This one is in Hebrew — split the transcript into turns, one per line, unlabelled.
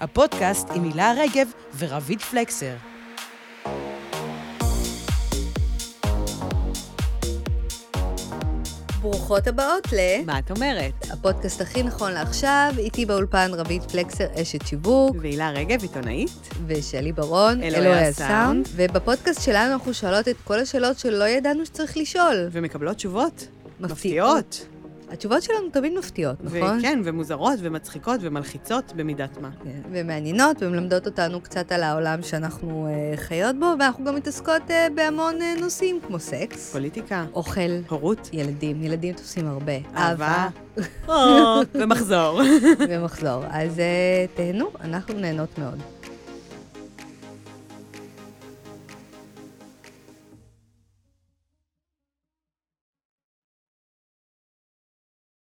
הפודקאסט עם הילה רגב ורביד פלקסר.
ברוכות הבאות ל...
מה את אומרת?
הפודקאסט הכי נכון לעכשיו, איתי באולפן רבית פלקסר, אשת שיווק,
והילה רגב, עיתונאית?
ושלי ברון,
אלוהי הסאונד.
ובפודקאסט שלנו אנחנו שואלות את כל השאלות שלא ידענו שצריך לשאול.
ומקבלות תשובות.
מפתיעות.
מפתיעות.
התשובות שלנו תמיד מפתיעות, נכון?
וכן, ומוזרות, ומצחיקות, ומלחיצות במידת מה.
כן, ומעניינות, ומלמדות אותנו קצת על העולם שאנחנו אה, חיות בו, ואנחנו גם מתעסקות אה, בהמון אה, נושאים, כמו סקס,
פוליטיקה,
אוכל,
הורות,
ילדים, ילדים תופסים הרבה,
אהבה. או, ומחזור.
ומחזור. אז אה, תהנו, אנחנו נהנות מאוד.